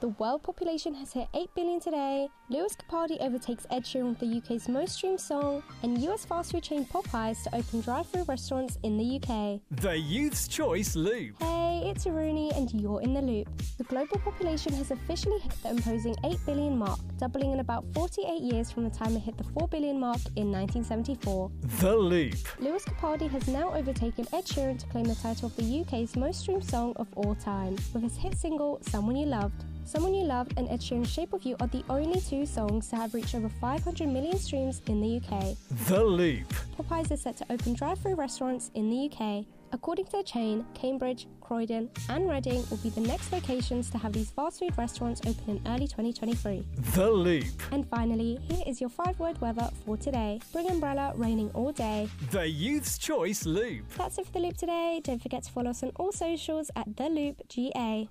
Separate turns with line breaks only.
The world population has hit 8 billion today. Lewis Capaldi overtakes Ed Sheeran with the UK's most streamed song, and US fast food chain Popeyes to open drive-through restaurants in the UK.
The Youth's Choice Loop.
Hey, it's Aruni, and you're in the loop. The global population has officially hit the imposing 8 billion mark, doubling in about 48 years from the time it hit the 4 billion mark in 1974.
The Loop.
Lewis Capaldi has now overtaken Ed Sheeran to claim the title of the UK's most streamed song of all time, with his hit single Someone You Loved. Someone You Loved and Ed Sheeran's Shape of You are the only two songs to have reached over 500 million streams in the UK.
The Loop.
Popeyes is set to open drive-through restaurants in the UK. According to the chain, Cambridge, Croydon, and Reading will be the next locations to have these fast food restaurants open in early 2023.
The Loop.
And finally, here is your five-word weather for today. Bring umbrella, raining all day.
The Youth's Choice Loop.
That's it for the Loop today. Don't forget to follow us on all socials at the Loop GA.